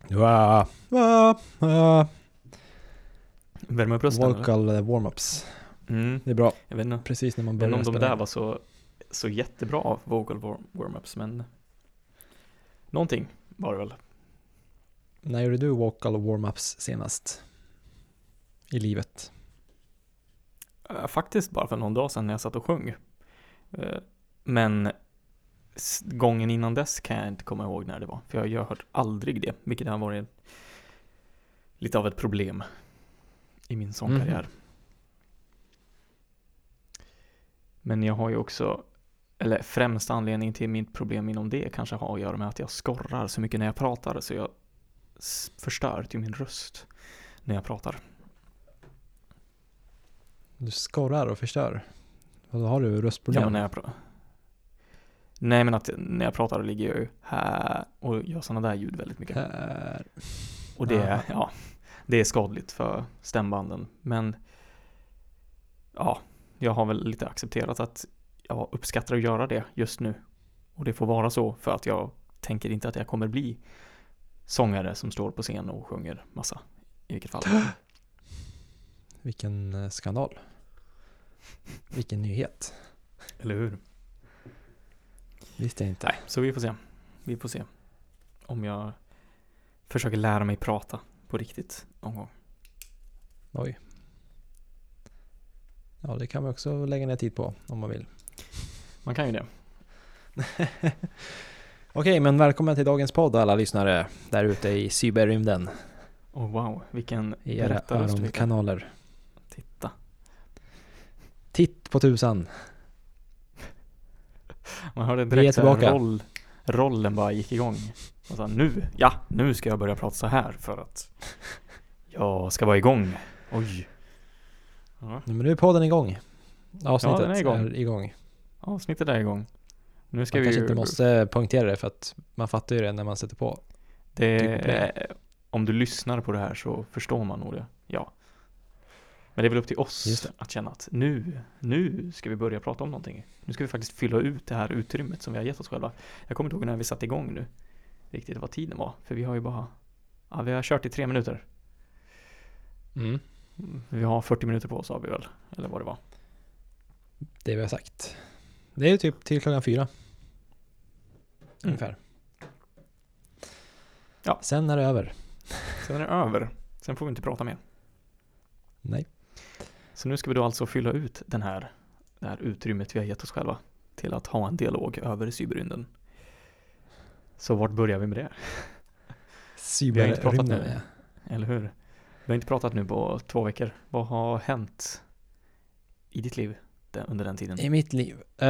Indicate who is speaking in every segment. Speaker 1: Wow. Wow. Wow.
Speaker 2: Värma upp rösten eller?
Speaker 1: Vocal eh, warm-ups.
Speaker 2: Mm.
Speaker 1: Det är bra.
Speaker 2: Jag vet inte,
Speaker 1: Precis när man
Speaker 2: jag vet
Speaker 1: börjar
Speaker 2: inte om de
Speaker 1: spela.
Speaker 2: där var så, så jättebra av vocal warm- warm-ups men Någonting var det väl?
Speaker 1: När gjorde du vocal warm-ups senast? I livet?
Speaker 2: Eh, Faktiskt bara för någon dag sedan när jag satt och sjöng Eh, Men s- gången innan dess kan jag inte komma ihåg när det var För jag gör aldrig det, vilket har varit lite av ett problem i min sångkarriär Men jag har ju också, eller främsta anledningen till mitt problem inom det kanske har att göra med att jag skorrar så mycket när jag pratar så jag s- förstör ju min röst när jag pratar.
Speaker 1: Du skorrar och förstör. Och då har du
Speaker 2: Ja, men
Speaker 1: röstproblem.
Speaker 2: när jag pratar. Nej men att när jag pratar ligger jag ju här och gör sådana där ljud väldigt mycket.
Speaker 1: Här.
Speaker 2: Och det är,
Speaker 1: Ah.
Speaker 2: ja, det är skadligt för stämbanden. Men ja, jag har väl lite accepterat att jag uppskattar att göra det just nu. Och det får vara så för att jag tänker inte att jag kommer bli sångare som står på scen och sjunger massa. I vilket fall.
Speaker 1: Vilken eh, skandal. Vilken nyhet.
Speaker 2: Eller hur?
Speaker 1: Visste jag inte.
Speaker 2: Nej, så vi får se. Vi får se. Om jag försöker lära mig prata på riktigt någon gång.
Speaker 1: Oj. Ja, det kan man också lägga ner tid på om man vill.
Speaker 2: Man kan ju det.
Speaker 1: Okej, men välkommen till dagens podd alla lyssnare där ute i cyberrymden.
Speaker 2: Och wow, vilken
Speaker 1: I era
Speaker 2: berättarröst vi kan
Speaker 1: öronkanaler.
Speaker 2: titta.
Speaker 1: Titt på tusan.
Speaker 2: Man hörde
Speaker 1: Vi är
Speaker 2: direkt så här,
Speaker 1: tillbaka.
Speaker 2: roll, rollen bara gick igång. Och så här, nu, ja, nu ska jag börja prata så här för att jag ska vara igång. Oj. Ja,
Speaker 1: Men nu är podden igång. Avsnittet
Speaker 2: den är igång.
Speaker 1: igång.
Speaker 2: avsnittet är igång. Nu ska
Speaker 1: Man
Speaker 2: vi
Speaker 1: kanske
Speaker 2: ju...
Speaker 1: inte måste poängtera det för att man fattar ju det när man sätter på. trycka på
Speaker 2: det,
Speaker 1: play.
Speaker 2: om du lyssnar på det här så förstår man nog det. Ja. Men det är väl upp till
Speaker 1: Just
Speaker 2: oss
Speaker 1: det.
Speaker 2: att känna att nu, nu ska vi börja prata om någonting. Nu ska vi faktiskt fylla ut det här utrymmet som vi har gett oss själva. Jag kommer inte ihåg när vi satte igång nu. Riktigt vad tiden var. För vi har ju bara... Ja, vi har kört i tre minuter. Mm. Vi har 40 minuter på oss har vi väl, eller vad det var.
Speaker 1: Det vi har sagt. Det är ju typ till klockan fyra. Ungefär.
Speaker 2: Mm. Ja.
Speaker 1: Sen är det över.
Speaker 2: Sen är det över. Sen får vi inte prata mer.
Speaker 1: Nej.
Speaker 2: Så nu ska vi då alltså fylla ut den här, det här utrymmet vi har gett oss själva till att ha en dialog över cyberrymden. Så vart börjar vi med det? inte pratat
Speaker 1: Cyberrymden.
Speaker 2: nu.
Speaker 1: ja.
Speaker 2: Eller hur? Vi har inte pratat nu på två veckor. Vad har hänt i ditt liv där- under den tiden?
Speaker 1: I mitt liv? Eh,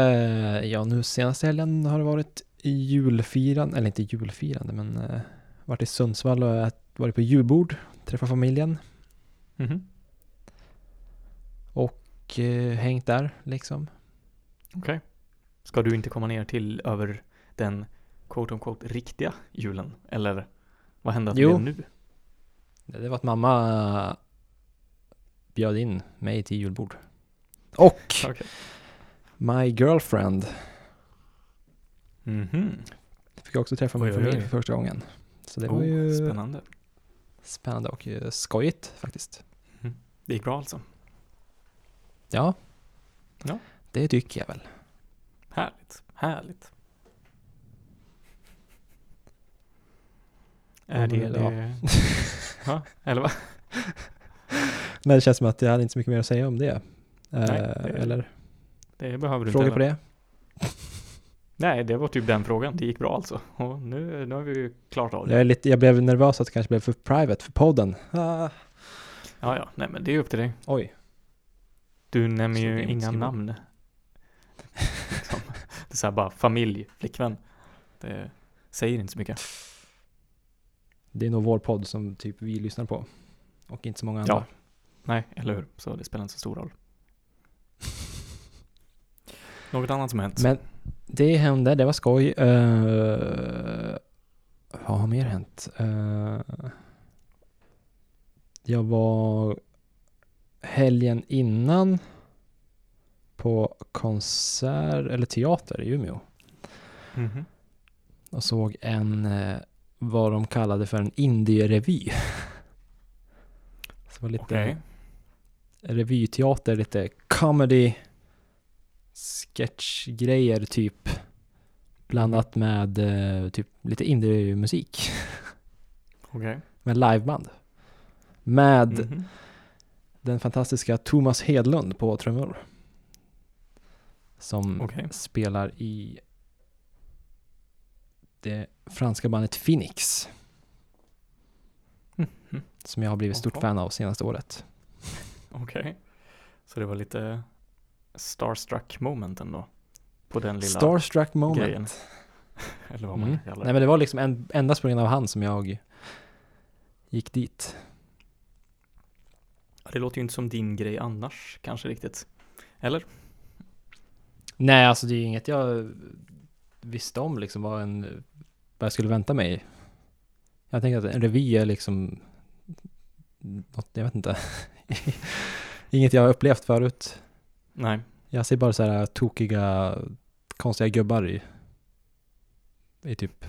Speaker 1: ja, nu senaste helgen har det varit julfirande, eller inte julfirande, men uh, varit i Sundsvall och ät- varit på julbord, träffat familjen
Speaker 2: Mhm.
Speaker 1: och eh, hängt där liksom.
Speaker 2: Okej. Ska du inte komma ner till över den quote on quote riktiga julen? Eller vad hände att det
Speaker 1: Jo.
Speaker 2: blev nu?
Speaker 1: Det det var att mamma eh, bjöd in mig till julbord. Och
Speaker 2: Okej.
Speaker 1: my girlfriend
Speaker 2: Mhm.
Speaker 1: fick jag också träffa min
Speaker 2: Oj, oj, oj.
Speaker 1: familj för första gången. Så det var
Speaker 2: oh,
Speaker 1: ju spännande,
Speaker 2: Spännande.
Speaker 1: och eh, skojigt faktiskt.
Speaker 2: Det gick bra alltså.
Speaker 1: Ja,
Speaker 2: Ja.
Speaker 1: det tycker jag väl.
Speaker 2: Härligt. Härligt.
Speaker 1: Ja,
Speaker 2: Är
Speaker 1: men
Speaker 2: det
Speaker 1: det-
Speaker 2: det? Ja, eller vad?
Speaker 1: Men det känns som att jag hade inte så mycket mer att säga om det. Eh,
Speaker 2: det-
Speaker 1: eller
Speaker 2: Det behöver du
Speaker 1: frågor
Speaker 2: inte.
Speaker 1: på det?
Speaker 2: Nej, det var typ den frågan. Det gick bra alltså. Och nu, nu har vi ju klart av
Speaker 1: Jag,
Speaker 2: det.
Speaker 1: är lite, jag blev nervös att det kanske blev för private för podden. Ah,
Speaker 2: Ja, ja. Nej, men det är upp till dig.
Speaker 1: oj,
Speaker 2: Du nämner
Speaker 1: Så det
Speaker 2: ju
Speaker 1: är mitt
Speaker 2: inga
Speaker 1: skrivbord.
Speaker 2: namn. Liksom. Det är så här bara familj, flickvän. Det säger inte så mycket.
Speaker 1: det är nog vår podd som typ vi lyssnar på. Och inte så många andra.
Speaker 2: Ja. Nej, eller hur? Så det spelar inte så stor roll. Något annat som hänt?
Speaker 1: Men det hände, det var skoj. Eh, vad har mer hänt? Eh, jag var helgen innan på konsert eller teater i Umeå.
Speaker 2: Mhm.
Speaker 1: och såg en eh, vad de kallade för en indie-revy. Så det var lite
Speaker 2: Okej.
Speaker 1: revyteater, lite comedy, sketchgrejer typ. Blandat med eh, typ lite indie-musik.
Speaker 2: Okej.
Speaker 1: Med liveband. Med
Speaker 2: Mhm.
Speaker 1: den fantastiska Thomas Hedlund på trummor. Som
Speaker 2: Okej.
Speaker 1: spelar i det franska bandet Phoenix.
Speaker 2: Mhm.
Speaker 1: Som jag har blivit stort
Speaker 2: Jaha.
Speaker 1: fan av senaste året.
Speaker 2: Okej. Så det var lite starstruck moment ändå. På den lilla,
Speaker 1: Starstruck moment.
Speaker 2: grejen. eller vad man
Speaker 1: Mm.
Speaker 2: kallar det.
Speaker 1: Nej men det var liksom en, endast på grund av han som jag gick dit.
Speaker 2: Ja, Det låter ju inte som din grej annars kanske riktigt. Eller?
Speaker 1: Nej alltså det är ju inget jag visste om liksom vad, en, vad jag skulle vänta mig. Jag tänker att en revy är liksom något, jag vet inte. inget jag har upplevt förut.
Speaker 2: Nej.
Speaker 1: Jag ser bara så här tokiga, konstiga gubbar i, i typ,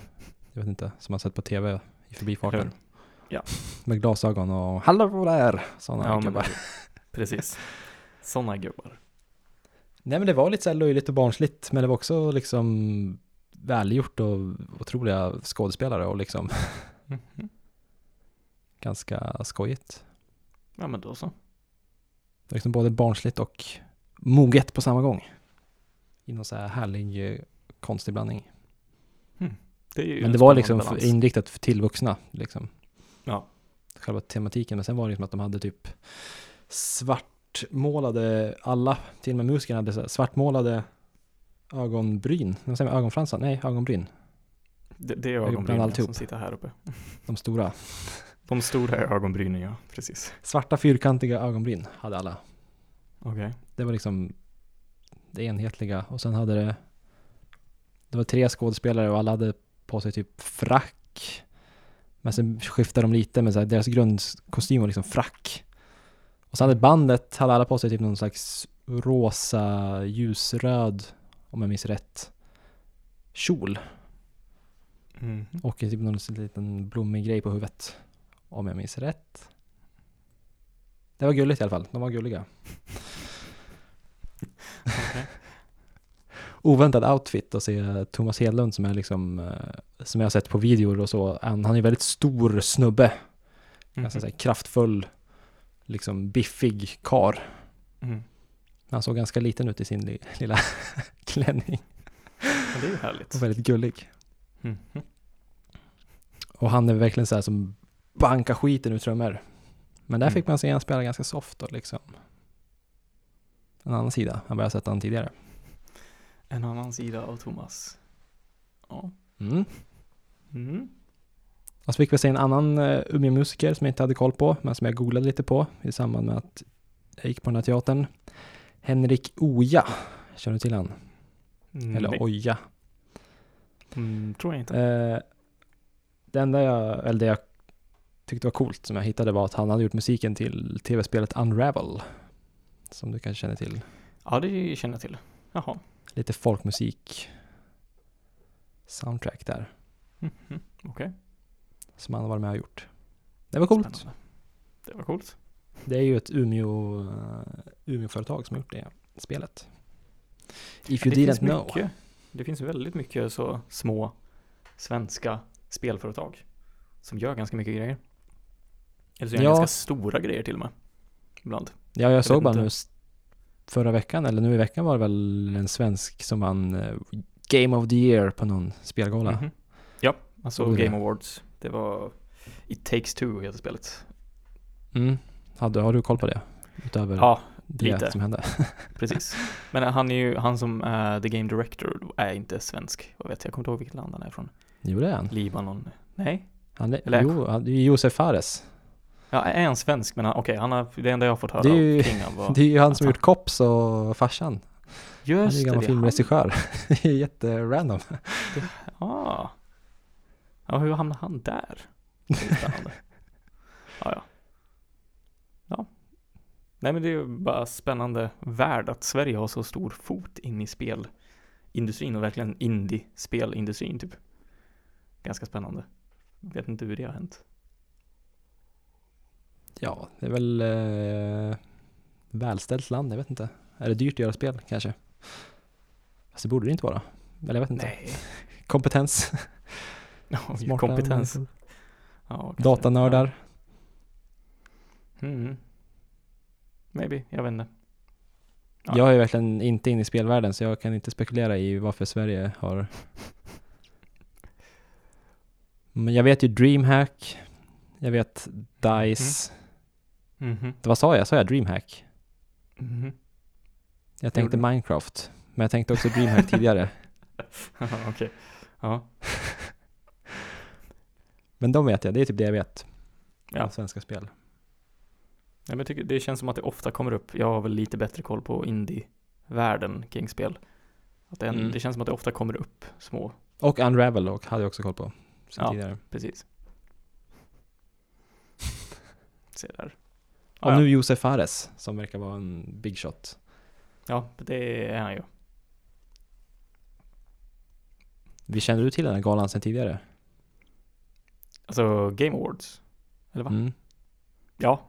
Speaker 1: jag vet inte, som man sett på tv i förbifarten.
Speaker 2: Eller- ja.
Speaker 1: Med glasögon och hallå där, sådana
Speaker 2: Ja, men-
Speaker 1: gubbar.
Speaker 2: Precis. Sådana gubbar.
Speaker 1: Nej men det var lite så här löjligt och barnsligt, men det var också liksom välgjort och otroliga skådespelare och liksom
Speaker 2: Mhm.
Speaker 1: ganska skojigt.
Speaker 2: Ja men då så.
Speaker 1: Det var Liksom både barnsligt och moget på samma gång. I någon så här härlig eh, konstig blandning.
Speaker 2: Det är ju
Speaker 1: Men
Speaker 2: en
Speaker 1: det var
Speaker 2: spännande
Speaker 1: liksom
Speaker 2: balans.
Speaker 1: för, inriktat för tillvuxna. Liksom.
Speaker 2: Ja.
Speaker 1: Själva tematiken. Men sen var det liksom att de hade typ svartmålade alla, till och med musikerna hade så här svartmålade ögonbryn. Vad säger man? Ögonfransar? Nej, ögonbryn.
Speaker 2: Det, det är
Speaker 1: bland
Speaker 2: ögonbrynen
Speaker 1: alltihop.
Speaker 2: som sitter här uppe.
Speaker 1: De stora.
Speaker 2: De stora ögonbrynen ja, precis.
Speaker 1: Svarta fyrkantiga ögonbryn hade alla.
Speaker 2: Okej.
Speaker 1: Det var liksom det enhetliga. Och sen hade det, det var tre skådespelare och alla hade på sig typ frack. Men sen skiftade de lite, men så här, deras grundkostym var liksom frack. Och sen hade bandet, hade alla på sig typ någon slags rosa, ljusröd, om jag minns rätt, kjol.
Speaker 2: Mhm.
Speaker 1: Och typ någon sån liten blommig grej på huvudet, om jag minns rätt. Det var gulligt i alla fall, de var gulliga.
Speaker 2: Okej.
Speaker 1: oväntad outfit att se Thomas Hedlund som är liksom, eh, som jag har sett på videor och så, han, han är en väldigt stor snubbe,
Speaker 2: Mhm.
Speaker 1: ganska så här kraftfull, liksom biffig kar.
Speaker 2: Mhm. Mm.
Speaker 1: Han såg ganska liten ut i sin li- lilla klänning
Speaker 2: Ja, det är ju härligt.
Speaker 1: och väldigt gullig.
Speaker 2: Mhm.
Speaker 1: Och han är verkligen så här som bankar skiten ur trummor. Men där
Speaker 2: Mm.
Speaker 1: fick man se han spela ganska soft och liksom en annan sida än vad jag sett han tidigare.
Speaker 2: En annan sida av Thomas. Ja.
Speaker 1: Mm.
Speaker 2: Mm.
Speaker 1: Och så fick vi se en annan uh, Umeåmusiker som jag inte hade koll på, men som jag googlade lite på i samband med att jag gick på den här teatern. Henrik Oja, känner du till han? Eller Oja.
Speaker 2: Mm, tror jag inte.
Speaker 1: Eh, det enda jag, eller det jag tyckte var coolt som jag hittade var att han hade gjort musiken till tv-spelet Unravel. Som du kanske känner till.
Speaker 2: Ja, det känner jag till. Jaha.
Speaker 1: Lite folkmusik soundtrack där,
Speaker 2: Mhm. Okej,
Speaker 1: som han har varit med och gjort. Det var coolt.
Speaker 2: spännande. Det var coolt.
Speaker 1: Det är ju ett Umeå, eh, Umeå-företag som har gjort det spelet. If you
Speaker 2: det
Speaker 1: didn't
Speaker 2: finns
Speaker 1: know.
Speaker 2: mycket. Det finns väldigt mycket så små svenska spelföretag som gör ganska mycket grejer. Eller så gör
Speaker 1: Ja.
Speaker 2: ganska stora grejer till och med. Ibland.
Speaker 1: Ja, jag såg
Speaker 2: vet
Speaker 1: bara
Speaker 2: inte.
Speaker 1: nu s- förra veckan, eller nu i veckan var det väl en svensk som vann eh, Game of the Year på någon spelgala.
Speaker 2: Mhm. Ja, alltså
Speaker 1: Såg du
Speaker 2: Game
Speaker 1: det?
Speaker 2: Awards. Det var It Takes Two heter spelet.
Speaker 1: Mm. Har, du, har du koll på det? Utöver
Speaker 2: Ja,
Speaker 1: det
Speaker 2: lite.
Speaker 1: som hände?
Speaker 2: precis. Men han är ju, han som är The Game Director är inte svensk. Vad vet jag, jag kommer inte ihåg vilket land han är från.
Speaker 1: Jo, det är han.
Speaker 2: Libanon. Nej,
Speaker 1: han är,
Speaker 2: Eller-
Speaker 1: jo, han, det är ju Josef Fares.
Speaker 2: Ja, är han svensk? Men han- okej, han har, det enda jag har fått höra
Speaker 1: Det är ju-
Speaker 2: av King han var...
Speaker 1: Det är ju han som
Speaker 2: att
Speaker 1: gjort Kops och farsan. Han är
Speaker 2: Just
Speaker 1: ju gammal
Speaker 2: det, det är han.
Speaker 1: filmregissör. Det är Jätterandom.
Speaker 2: Ah. Ja, hur hamnade han där? Det är spännande. ja, ja. Ja. Nej, men det är ju bara spännande värld att Sverige har så stor fot in i spelindustrin och verkligen indie-spelindustrin typ. Ganska spännande. Vet inte hur det har hänt.
Speaker 1: Ja, det är väl eh, välställt land, jag vet inte. Är det dyrt att göra spel kanske? Fast det borde det inte vara. Eller jag vet inte.
Speaker 2: Nej.
Speaker 1: Kompetens.
Speaker 2: Ja,
Speaker 1: Smarta
Speaker 2: kompetens.
Speaker 1: människor.
Speaker 2: Ja, kanske.
Speaker 1: Datanördar.
Speaker 2: Ja. Mm. Maybe, jag vet inte. Ja.
Speaker 1: Jag är ju verkligen inte inne i spelvärlden så jag kan inte spekulera i varför Sverige har... Men jag vet ju DreamHack. Jag vet DICE.
Speaker 2: Mhm.
Speaker 1: Vad sa jag? Sa jag DreamHack?
Speaker 2: Mhm.
Speaker 1: Jag tänkte
Speaker 2: Gjorde
Speaker 1: Minecraft. Men jag tänkte också DreamHack tidigare.
Speaker 2: Okej. Ja.
Speaker 1: Men de vet jag. Det är typ det jag vet.
Speaker 2: Ja.
Speaker 1: Om svenska spel.
Speaker 2: Ja, men jag tycker, det känns som att det ofta kommer upp, jag har väl lite bättre koll på indie-världen kring spel. Att det, en-
Speaker 1: Mm.
Speaker 2: det känns som att det ofta kommer upp små,
Speaker 1: Och Unravel och hade jag också koll på. Sen
Speaker 2: Ja.
Speaker 1: tidigare.
Speaker 2: precis. Se där.
Speaker 1: Och
Speaker 2: Ja, ja.
Speaker 1: nu Josef Fares som verkar vara en big shot.
Speaker 2: Ja, det är han ju.
Speaker 1: Vi känner ju till den här galan sen tidigare.
Speaker 2: Alltså Game Awards. Eller va?
Speaker 1: Mm.
Speaker 2: Ja,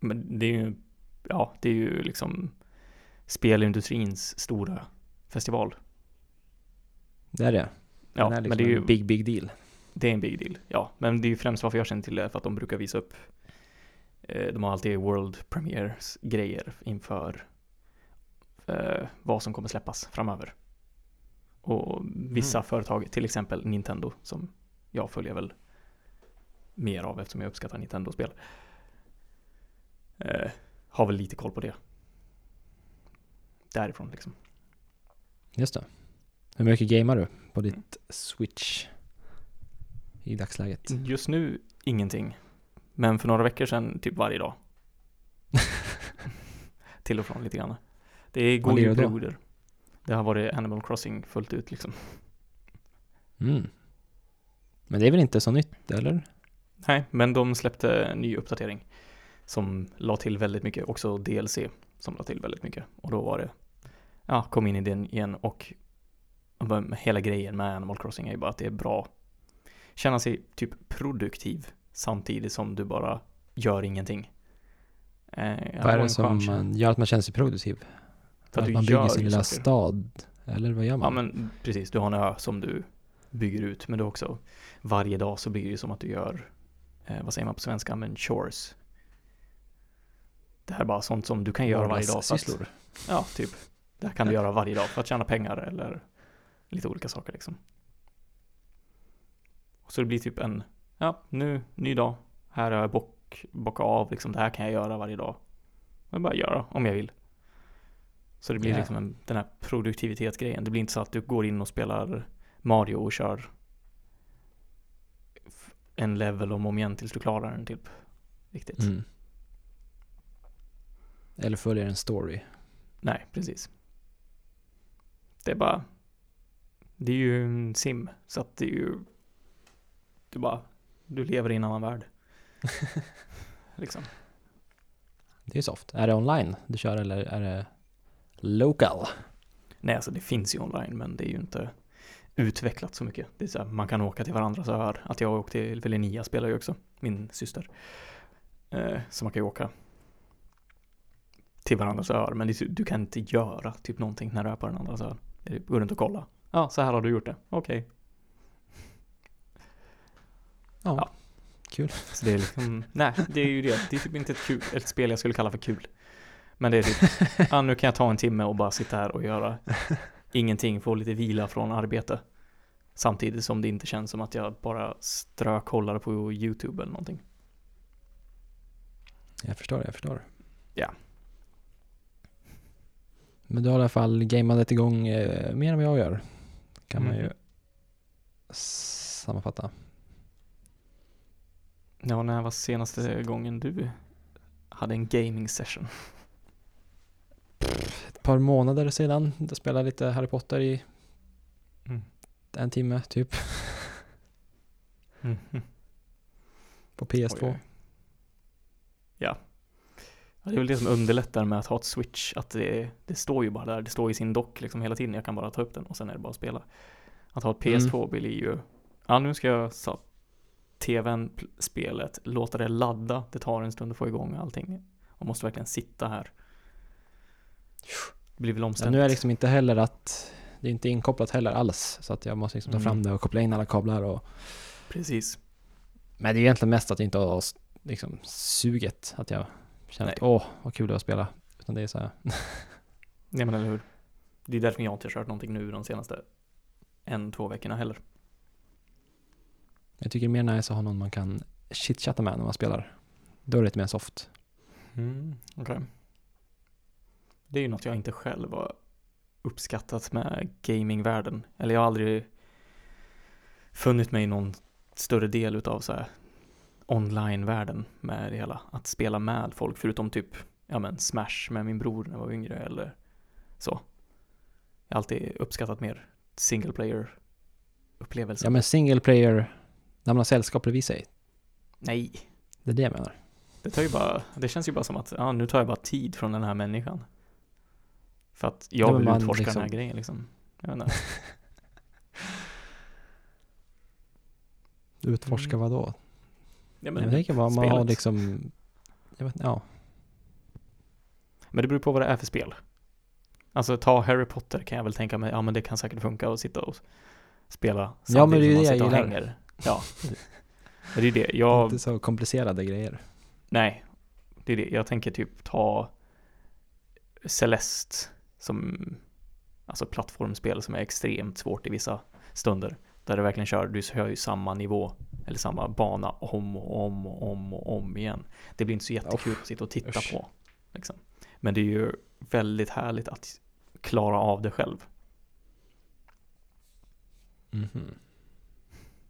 Speaker 2: men det är ju, ja, det är ju liksom spelindustrins stora festival.
Speaker 1: Det är det.
Speaker 2: Ja,
Speaker 1: den är liksom
Speaker 2: men det är ju
Speaker 1: en big, big deal.
Speaker 2: Det är en big deal, ja. Men det är ju främst varför jag känner till det, för att de brukar visa upp eh, De har alltid world premieres grejer inför eh, vad som kommer släppas framöver. Och vissa
Speaker 1: Mm.
Speaker 2: företag, till exempel Nintendo, som jag följer väl mer av eftersom jag uppskattar Nintendo-spel. Eh, har väl lite koll på det. Därifrån liksom.
Speaker 1: Just det. Hur mycket gamer du på ditt Switch i dagsläget?
Speaker 2: Just nu ingenting. Men för några veckor sedan typ varje dag. Till och från lite grann. Det går ju
Speaker 1: lirar du då?
Speaker 2: broder. Det har varit Animal Crossing fullt ut liksom.
Speaker 1: Mm. Men det är väl inte så nytt, eller?
Speaker 2: Nej, men de släppte en ny uppdatering. Som la till väldigt mycket, också DLC som la till väldigt mycket. Och då var det, ja, kom in i den igen och vad- hela grejen med Animal Crossing är ju bara att det är bra. Känna sig typ produktiv samtidigt som du bara gör ingenting. Eh,
Speaker 1: Vad är det som man gör att man känner sig produktiv?
Speaker 2: För att
Speaker 1: att
Speaker 2: du
Speaker 1: man
Speaker 2: gör
Speaker 1: bygger sin
Speaker 2: ju
Speaker 1: lilla
Speaker 2: saker.
Speaker 1: stad? Eller vad gör man?
Speaker 2: Ja men precis, du har en ö som du bygger ut men du också varje dag så blir det ju som att du gör, eh, vad säger man på svenska, men chores. Det här är bara sånt som du kan göra varje dag. För att,
Speaker 1: Vardagssysslor.
Speaker 2: ja, typ. Det här kan du göra varje dag för att tjäna pengar eller lite olika saker liksom. Så det blir typ en, ja nu, ny dag, här har jag bock, bockat av liksom, det här kan jag göra varje dag. Jag bara göra om jag vill. Så det blir
Speaker 1: Ja.
Speaker 2: liksom en, den här produktivitetsgrejen. Det blir inte så att du går in och spelar Mario och kör f- en level om och om igen tills du klarar den typ. Riktigt.
Speaker 1: Mm. Eller följer en story.
Speaker 2: Nej, precis. Det är bara... Det är ju en sim, så att det är ju... Du bara... Du lever i en annan värld. liksom.
Speaker 1: Det är ju soft. Är det online du kör eller är det local?
Speaker 2: Nej, alltså det finns ju online, men det är ju inte utvecklat så mycket. Det är så här, man kan åka till varandras öar. Att jag åkte till Velenia spelar ju också, min syster. Eh, så man kan ju åka till varandras öar, men det, är så- du kan inte göra typ någonting när du är på den andras öar. Det är- Går runt och kolla. Ja, så här har du gjort det. Okej.
Speaker 1: Ja.
Speaker 2: Ja.
Speaker 1: Kul.
Speaker 2: Så det är liksom, nej, det är ju det. Det är typ inte ett, kul, ett spel jag skulle kalla för kul. Men det är typ, ah, nu kan jag ta en timme och bara sitta här och göra ingenting, få lite vila från arbete. Samtidigt som det inte känns som att jag bara strökollar på YouTube eller någonting.
Speaker 1: Jag förstår, jag förstår.
Speaker 2: Ja.
Speaker 1: Men du har i alla fall gamandet igång eh, mer än vad jag gör. Kan man ju
Speaker 2: Mhm.
Speaker 1: sammanfatta.
Speaker 2: Ja, när var senaste gången du hade en gaming session?
Speaker 1: Ett par månader sedan, jag spelade lite Harry Potter i
Speaker 2: Mm.
Speaker 1: en timme typ
Speaker 2: Mhm.
Speaker 1: på PS2.
Speaker 2: Oj, oj. Ja. ja. Det är väl det som underlättar med att ha ett switch, att det, det står ju bara där, det står i sin dock liksom hela tiden, jag kan bara ta
Speaker 1: Mm.
Speaker 2: upp den och sen är det bara att spela. Att ha ett PS2 blir ju, ja nu ska jag sa, tvn, pl- spelet, låta det ladda. Det tar en stund att få igång allting. Man måste verkligen sitta här. Det blir väl
Speaker 1: Ja,
Speaker 2: omständigt.
Speaker 1: nu är det liksom inte heller att det är inte inkopplat heller alls så att jag måste liksom ta
Speaker 2: Mm.
Speaker 1: fram det och koppla in alla kablar och
Speaker 2: Precis.
Speaker 1: men det är egentligen mest att jag inte har s- liksom suget att jag känner att åh vad kul det var att spela utan det är så här
Speaker 2: Nej men eller hur. Det är därför jag inte har kört någonting nu de senaste en, två veckorna heller.
Speaker 1: jag tycker det är mer nice att ha någon man kan chitchatta med när man spelar då är det lite mer soft
Speaker 2: Mm, okej. Det är ju något jag inte själv har uppskattat med gamingvärlden. Eller jag har aldrig funnit mig i någon större del utav så här online-världen med det hela. Att spela med folk, förutom typ ja men Smash med min bror när jag var yngre eller så. Jag har alltid uppskattat mer single player-upplevelsen.
Speaker 1: ja men single player när man har sällskap bredvid sig
Speaker 2: Nej,
Speaker 1: det är det jag menar
Speaker 2: Det, tar ju bara, det känns ju bara som att ja, nu tar jag bara tid från den här människan. För att jag
Speaker 1: Ja, men
Speaker 2: vill
Speaker 1: man
Speaker 2: utforska
Speaker 1: liksom-
Speaker 2: den här grejen liksom. Jag vet inte.
Speaker 1: utforska
Speaker 2: Mm.
Speaker 1: vadå
Speaker 2: Ja,
Speaker 1: men det kan vara man har
Speaker 2: spelet.
Speaker 1: liksom jag vet, ja
Speaker 2: Men det beror på vad det är för spel. Alltså ta Harry Potter kan jag väl tänka mig, ja men det kan säkert funka att sitta och spela samtidigt
Speaker 1: men det är ju
Speaker 2: som
Speaker 1: det
Speaker 2: man
Speaker 1: jag
Speaker 2: sitter och
Speaker 1: gillar.
Speaker 2: hänger. Ja, men det är ju det.
Speaker 1: det är
Speaker 2: Jag,
Speaker 1: inte så komplicerade grejer
Speaker 2: nej, det är det. Jag tänker typ ta Celeste som, alltså plattformsspel som är extremt svårt i vissa stunder. Där du verkligen kör, du kör ju samma nivå eller samma bana om och om och om och om igen. Det blir inte så jättekul att sitta och titta
Speaker 1: usch.
Speaker 2: på. Liksom. Men det är ju väldigt härligt att klara av det själv.
Speaker 1: mhm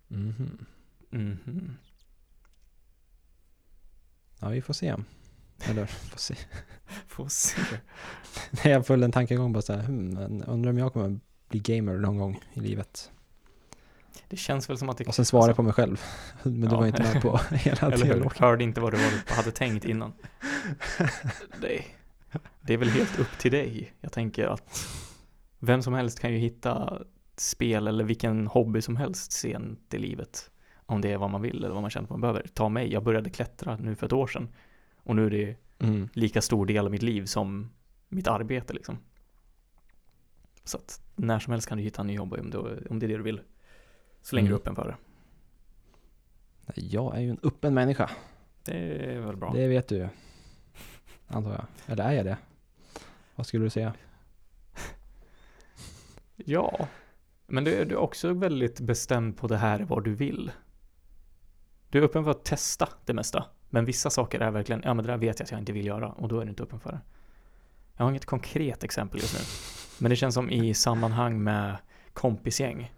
Speaker 1: mhm
Speaker 2: Mhm.
Speaker 1: ja vi får se eller får se
Speaker 2: Får se.
Speaker 1: Nej, jag följde en tankegång bara så här, hmm, men undrar om jag kommer bli gamer någon gång i livet.
Speaker 2: Det känns väl som att det
Speaker 1: Och sen svarade jag på mig själv, men du
Speaker 2: Ja.
Speaker 1: var inte med på hela
Speaker 2: Eller hur?
Speaker 1: dialogen.
Speaker 2: Hörde inte vad du var- hade tänkt innan. Det, det är väl helt upp till dig. Jag tänker att vem som helst kan ju hitta spel eller vilken hobby som helst sent i livet. Om det är vad man vill eller vad man känner att man behöver. Ta mig, jag började klättra nu för ett år sedan. Och nu är det
Speaker 1: Mm.
Speaker 2: lika stor del av mitt liv som mitt arbete liksom. Så att när som helst kan du hitta en ny jobb om, du, om det är det du vill. Så länge
Speaker 1: Mm.
Speaker 2: du är öppen för det.
Speaker 1: Nej, Jag är ju en öppen människa,
Speaker 2: Det är väl bra.
Speaker 1: det vet du ju. Antar jag. Eller är jag det? Vad skulle du säga?
Speaker 2: Ja, men du, du är också väldigt bestämd på det här är vad du vill. Du är öppen för att testa det mesta, men vissa saker är verkligen, ja men det där vet jag att jag inte vill göra och då är du inte öppen för det. Jag har inget konkret exempel just nu, men det känns som i sammanhang med kompisgäng.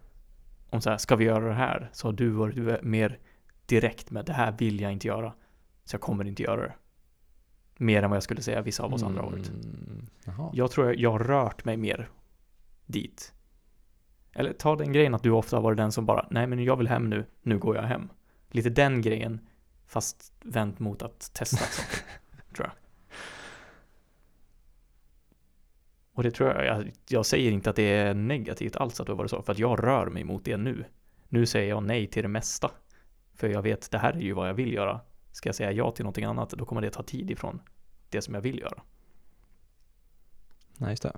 Speaker 2: Om så här, ska vi göra det här? Så har du varit vä- mer direkt med det här vill jag inte göra, så jag kommer inte göra det. Mer än vad jag skulle säga vissa av oss andra har varit.
Speaker 1: Mm, Jaha.
Speaker 2: Jag tror jag, jag har rört mig mer dit. Eller ta den grejen att du ofta har varit den som bara, nej men jag vill hem nu, nu går jag hem. Lite den grejen, fast vänt mot att testa saker, tror jag. Och det tror jag, jag, jag säger inte att det är negativt alls att du har varit så, för att jag rör mig mot det nu. Nu säger jag nej till det mesta. För jag vet, det här är ju vad jag vill göra. Ska jag säga ja till någonting annat, då kommer det ta tid ifrån det som jag vill göra.
Speaker 1: Nej, just det.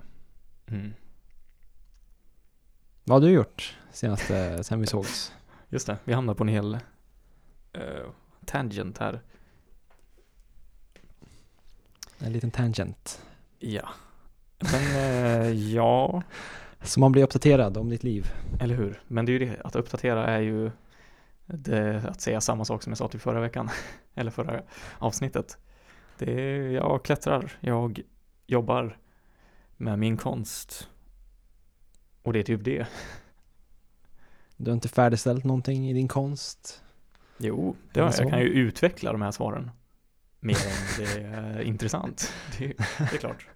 Speaker 1: Vad har du gjort senaste, sen vi sågs?
Speaker 2: Just det, vi hamnar på en hel eh, tangent här.
Speaker 1: En liten tangent.
Speaker 2: Ja. Men eh, ja,
Speaker 1: Så man blir uppdaterad om ditt liv.
Speaker 2: eller hur? Men det är ju det, att uppdatera är ju det, att säga samma sak som jag sa till förra veckan, eller förra avsnittet. Det är, jag klättrar, jag jobbar med min konst. Och det är typ det.
Speaker 1: Du har inte färdigställt någonting i din konst.
Speaker 2: Jo, det
Speaker 1: Är
Speaker 2: har
Speaker 1: det
Speaker 2: jag. Jag
Speaker 1: så?
Speaker 2: kan ju utveckla de här svaren. Mer än det är intressant. Det, är- det är klart.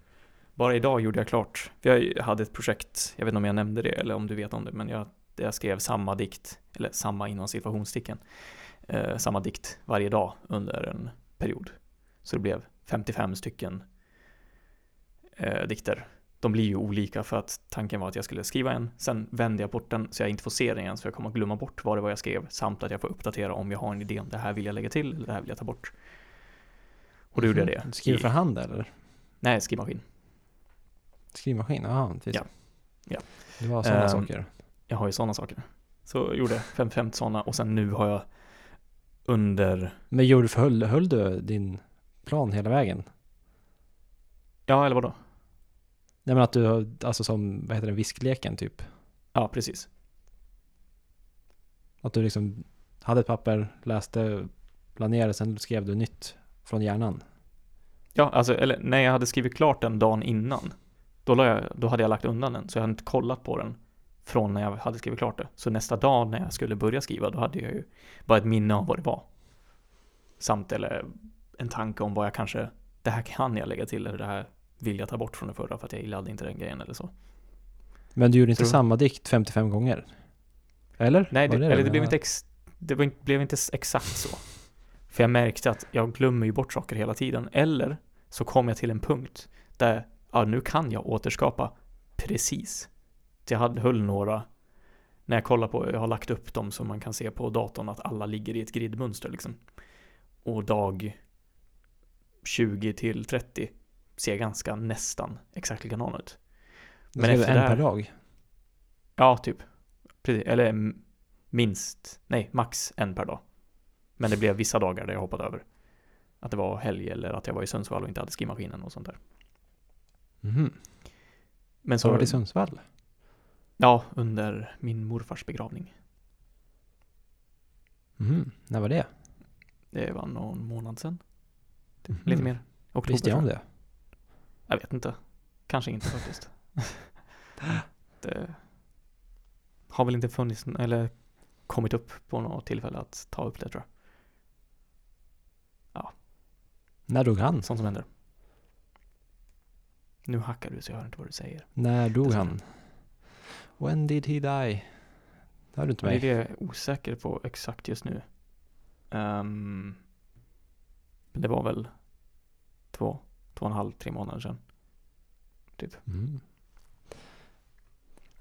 Speaker 2: Bara idag gjorde jag klart. Jag hade ett projekt, jag vet inte om jag nämnde det eller om du vet om det, men jag, jag skrev samma dikt, eller samma inom situationstecken, eh, samma dikt varje dag under en period. Så det blev 55 stycken eh, dikter de blir ju olika för att tanken var att jag skulle skriva en, sen vände jag bort den så jag inte får se den igen så jag kommer att glömma bort vad det var jag skrev samt att jag får uppdatera om jag har en idé om det här vill jag lägga till eller det här vill jag ta bort. Och då gjorde jag det.
Speaker 1: Mm. Du skriver
Speaker 2: i-
Speaker 1: för hand eller?
Speaker 2: Nej, skrivmaskin.
Speaker 1: Skrivmaskin? Jaha, visst.
Speaker 2: Ja. Ja.
Speaker 1: Det var sådana
Speaker 2: Ehm,
Speaker 1: saker.
Speaker 2: Jag har ju sådana saker. Så jag gjorde 55 sådana och sen nu har jag under,
Speaker 1: Men gjorde, höll, höll du din plan hela vägen?
Speaker 2: ja eller vadå?
Speaker 1: Nej men att du, har- alltså som, vad heter den, viskleken typ?
Speaker 2: Ja, precis.
Speaker 1: Att du liksom hade ett papper, läste, planerade, sen skrev du nytt från hjärnan.
Speaker 2: Ja, alltså, eller när jag hade skrivit klart den dagen innan, då, la jag, då hade jag lagt undan den, så jag hade inte kollat på den från när jag hade skrivit klart det. Så nästa dag när jag skulle börja skriva, då hade jag ju bara ett minne av vad det var. Samt eller en tanke om vad jag kanske, det här kan jag lägga till, eller det här vill jag ta bort från det förra för att jag gillade inte den grejen eller så.
Speaker 1: Men du gjorde inte
Speaker 2: Tror du?
Speaker 1: samma dikt 55 gånger? Eller?
Speaker 2: Nej,
Speaker 1: Var
Speaker 2: det, eller
Speaker 1: du
Speaker 2: det blev,
Speaker 1: menade?
Speaker 2: inte ex, det var in- blev inte s- exakt så. För jag märkte att jag glömmer ju bort saker hela tiden. Eller så kom jag till en punkt där, ja nu kan jag återskapa precis. Så Jag hade, höll några, när jag kollar på, jag har lagt upp dem så man kan se på datorn att alla ligger i ett gridmönster liksom. Och dag 20 till 30 ser ganska nästan exakt likadan ut.
Speaker 1: Du
Speaker 2: men
Speaker 1: skrev
Speaker 2: efter
Speaker 1: en
Speaker 2: det här-
Speaker 1: per dag?
Speaker 2: Ja, typ. Precis. Eller mm, minst, nej, max en per dag. Men det blev vissa dagar där jag hoppade över. Att det var helg eller att jag var i Sundsvall och inte hade skrivmaskinen och sånt där.
Speaker 1: Mhm.
Speaker 2: Men
Speaker 1: Så har du
Speaker 2: så,
Speaker 1: varit i Sundsvall?
Speaker 2: ja, under min morfars begravning.
Speaker 1: Mhm. När var det?
Speaker 2: Det var någon månad sedan. Typ,
Speaker 1: Mhm.
Speaker 2: Lite mer. Oktober,
Speaker 1: Visste jag
Speaker 2: tror
Speaker 1: om det?
Speaker 2: Jag vet inte. Kanske inte faktiskt. det har väl inte funnits, eller kommit upp på något tillfälle att ta upp det tror jag.
Speaker 1: När dog han?
Speaker 2: Sånt som händer. Nu hackar du så jag hör inte vad du säger.
Speaker 1: När dog
Speaker 2: Det-
Speaker 1: han? When did he die? Det hör du inte
Speaker 2: Det är det
Speaker 1: mig?
Speaker 2: jag är osäker på exakt just nu. Ehm, men det var väl två, två och en halv, tre månader sedan.
Speaker 1: Mhm.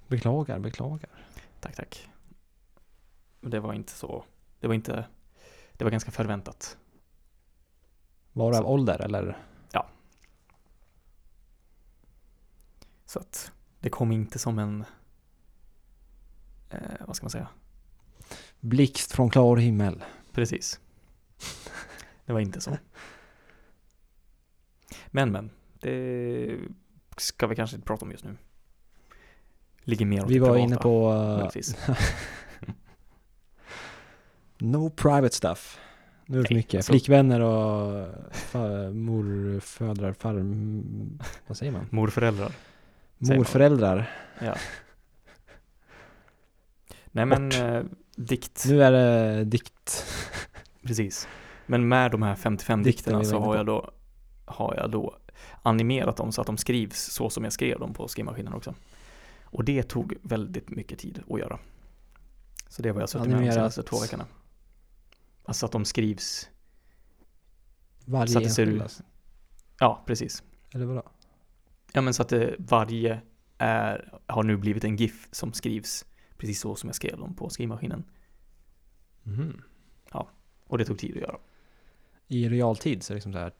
Speaker 1: Beklagar, beklagar.
Speaker 2: Tack, tack. Men det var inte så, det var inte, det var ganska förväntat.
Speaker 1: Var det av
Speaker 2: Så-
Speaker 1: ålder eller?
Speaker 2: Så att det kom inte som en, eh, vad ska man säga,
Speaker 1: Blixt från klar himmel.
Speaker 2: Precis. Det var inte så. Men, men. Det ska vi kanske inte prata om just nu. Ligger mer åt
Speaker 1: Vi
Speaker 2: det
Speaker 1: var
Speaker 2: privata,
Speaker 1: inne på eh,
Speaker 2: möjligtvis.
Speaker 1: no private stuff. Nu är det för
Speaker 2: Nej,
Speaker 1: mycket.
Speaker 2: alltså-
Speaker 1: Flickvänner och eh, fa- morföräldrar, farm... Vad säger man?
Speaker 2: Morföräldrar. Säger man.
Speaker 1: Morföräldrar.
Speaker 2: Nej men,
Speaker 1: Bort.
Speaker 2: eh, dikt.
Speaker 1: Nu är det dikt.
Speaker 2: Precis. Men med de här
Speaker 1: Dikten
Speaker 2: 55
Speaker 1: vi
Speaker 2: dikterna
Speaker 1: var
Speaker 2: så
Speaker 1: inne
Speaker 2: har
Speaker 1: på.
Speaker 2: jag, då, har jag då animerat dem så att de skrivs så som jag skrev dem på skrivmaskinen också. Och det tog väldigt mycket tid att göra. Så det var jag suttit med de
Speaker 1: Animerat.
Speaker 2: senaste två veckorna. Alltså att de skrivs
Speaker 1: Varje
Speaker 2: Så att det ser
Speaker 1: enskild,
Speaker 2: ut-
Speaker 1: alltså.
Speaker 2: Ja, precis.
Speaker 1: Eller vadå?
Speaker 2: Ja, men så att eh, varje är, har nu blivit en GIF som skrivs precis så som jag skrev dem på skrivmaskinen.
Speaker 1: Mhm.
Speaker 2: Och det tog tid att göra.
Speaker 1: I realtid så är det liksom så här.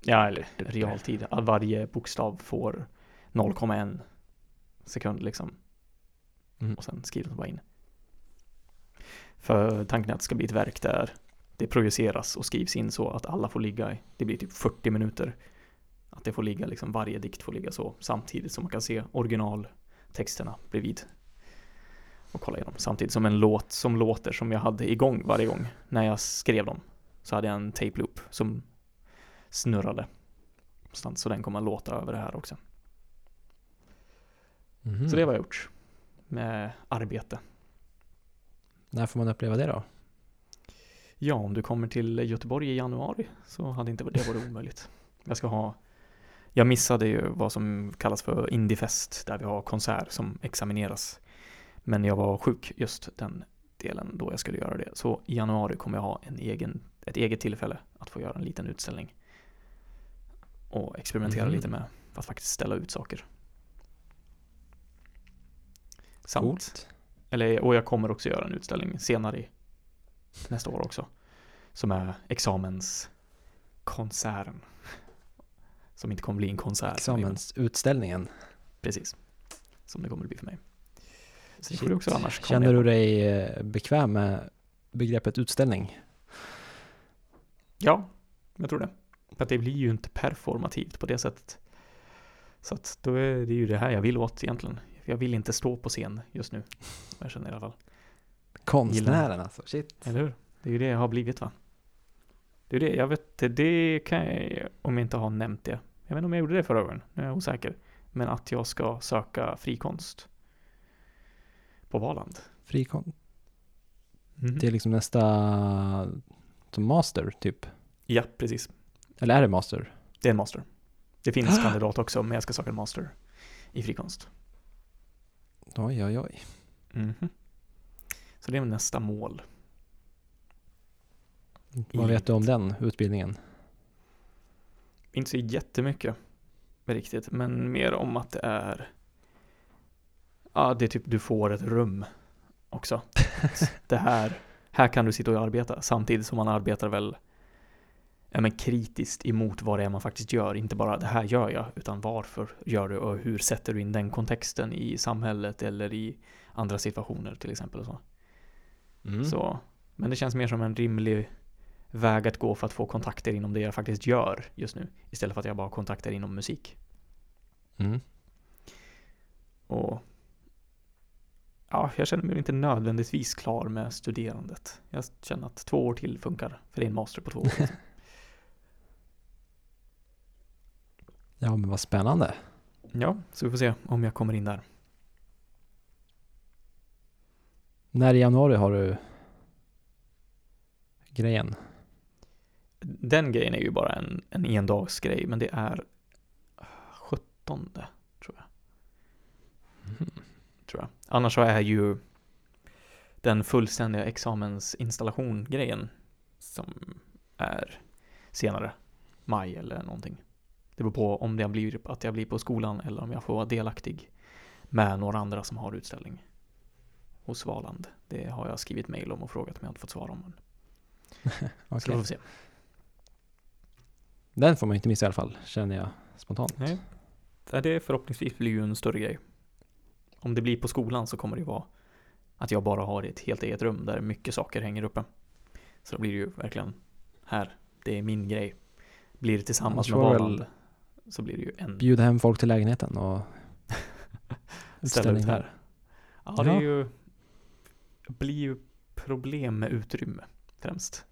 Speaker 2: Ja, eller typ realtid. Att Varje bokstav får 0,1 sekund liksom.
Speaker 1: Mm.
Speaker 2: Och sen skriver de bara in. För tanken är att det ska bli ett verk där det projiceras och skrivs in så att alla får ligga, i- det blir typ 40 minuter. Att det får ligga, liksom varje dikt får ligga så samtidigt som man kan se originaltexterna bredvid. Och kolla igenom. Samtidigt som en låt som låter som jag hade igång varje gång när jag skrev dem. Så hade jag en tape loop som snurrade. Konstant, Så den kommer att låta över det här också.
Speaker 1: Mhm.
Speaker 2: Så det var gjort. Med arbete.
Speaker 1: När får man uppleva det då?
Speaker 2: Ja, om du kommer till Göteborg i januari så hade inte det varit omöjligt. Jag ska ha... Jag missade ju vad som kallas för Indiefest där vi har konsert som examineras. Men jag var sjuk just den delen då jag skulle göra det. Så i januari kommer jag ha en egen, ett eget tillfälle att få göra en liten utställning. Och experimentera
Speaker 1: Mhm.
Speaker 2: lite med att faktiskt ställa ut saker. Sant.
Speaker 1: Coolt.
Speaker 2: Eller, och jag kommer också göra en utställning senare i nästa år också. Som är examenskonserten. Som inte kommer bli en konsert.
Speaker 1: Examensutställningen.
Speaker 2: Precis. Som det kommer bli för mig. Så det
Speaker 1: Shit.
Speaker 2: får du också annars. komma
Speaker 1: Känner
Speaker 2: ner
Speaker 1: du
Speaker 2: på.
Speaker 1: dig eh, bekväm med begreppet utställning?
Speaker 2: Ja, jag tror det. För att det blir ju inte performativt på det sättet. Så att då är det ju det här jag vill åt egentligen. Jag vill inte stå på scen just nu. Jag känner i alla fall.
Speaker 1: Konstnären alltså, shit.
Speaker 2: Eller hur? Det är ju det jag har blivit va? Det är det, jag vet inte, det kan jag, om jag inte har nämnt det. Jag vet inte om jag gjorde det förra gången, nu är jag osäker. Men att jag ska söka frikonst. På Valand.
Speaker 1: Frikon.
Speaker 2: Mm.
Speaker 1: Det är liksom nästa som master typ.
Speaker 2: Ja, precis.
Speaker 1: Eller är det master?
Speaker 2: Det är en master. Det
Speaker 1: Ah!
Speaker 2: finns kandidat också, men jag ska söka en master i frikonst.
Speaker 1: Oj, oj, oj.
Speaker 2: Mhm. Så det är nästa mål.
Speaker 1: Vad vet du om den utbildningen?
Speaker 2: Inte så jättemycket riktigt, men mer om att det är Ja, det är typ du får ett rum också. det här, här kan du sitta och arbeta samtidigt som man arbetar väl ja, men kritiskt emot vad det är man faktiskt gör. Inte bara det här gör jag, utan varför gör du och hur sätter du in den kontexten i samhället eller i andra situationer till exempel. Och så.
Speaker 1: Mm.
Speaker 2: Så, men det känns mer som en rimlig väg att gå för att få kontakter inom det jag faktiskt gör just nu. Istället för att jag bara har kontakter inom musik.
Speaker 1: Mm.
Speaker 2: Och ja, jag känner mig inte nödvändigtvis klar med studerandet. Jag känner att två år till funkar, för det är en master på två år. liksom.
Speaker 1: Ja, men vad spännande.
Speaker 2: ja, så vi får se om jag kommer in där.
Speaker 1: När i januari har du grejen?
Speaker 2: Den grejen är ju bara en, en endagsgrej, men det är 17 tror jag. Tror jag. Annars så är ju den fullständiga examensinstallation-grejen som är senare, maj eller någonting. Det beror på om det blir att jag blir på skolan eller om jag får vara delaktig med några andra som har utställning hos Valand. Det har jag skrivit mejl om och frågat men jag har inte fått svar om. Men Så
Speaker 1: Okej.
Speaker 2: vi får se.
Speaker 1: Den får man inte missa i alla fall, känner jag spontant.
Speaker 2: Nej. Ja, Det förhoppningsvis blir ju en större grej. Om det blir på skolan så kommer det ju vara att jag bara har ett helt eget rum där mycket saker hänger uppe. Så då blir det ju verkligen här, det är min grej. Blir det tillsammans
Speaker 1: Annars får
Speaker 2: med
Speaker 1: väl
Speaker 2: Valand så blir det ju en
Speaker 1: Bjuda hem folk till lägenheten och
Speaker 2: ställa
Speaker 1: utställning
Speaker 2: ut
Speaker 1: där.
Speaker 2: här. Ja, det är
Speaker 1: Ja.
Speaker 2: ju, blir ju problem med utrymme främst.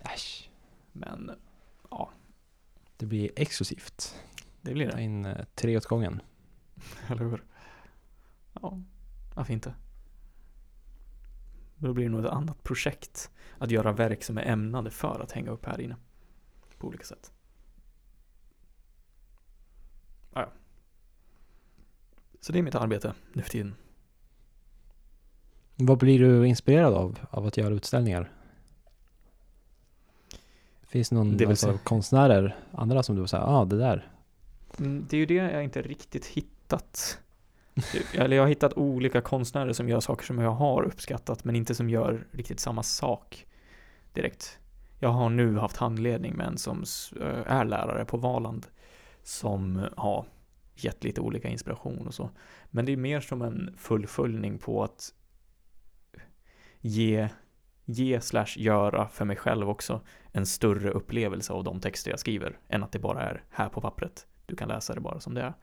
Speaker 1: Äsch.
Speaker 2: Men
Speaker 1: Det blir exklusivt.
Speaker 2: det blir
Speaker 1: Ta
Speaker 2: det,
Speaker 1: in eh, tre åt gången.
Speaker 2: eller hur? Ja, varför inte? Då blir det nog ett annat projekt att göra verk som är ämnade för att hänga upp här inne. På olika sätt. Ah, ja. Så det är mitt arbete nu för tiden.
Speaker 1: Vad blir du inspirerad av, av att göra utställningar? Finns det någon
Speaker 2: Det vill
Speaker 1: alltså,
Speaker 2: säga-
Speaker 1: konstnärer, andra som du säger, ja ah, det där.
Speaker 2: Mm, det är ju det jag inte riktigt hittat. Typ. Eller jag har hittat olika konstnärer som gör saker som jag har uppskattat men inte som gör riktigt samma sak direkt. Jag har nu haft handledning med en som s- eh, är lärare på Valand som eh, har gett lite olika inspiration och så. Men det är mer som en fullföljning på att ge, ge slash göra för mig själv också en större upplevelse av de texter jag skriver än att det bara är här på pappret. Du kan läsa det bara som det är.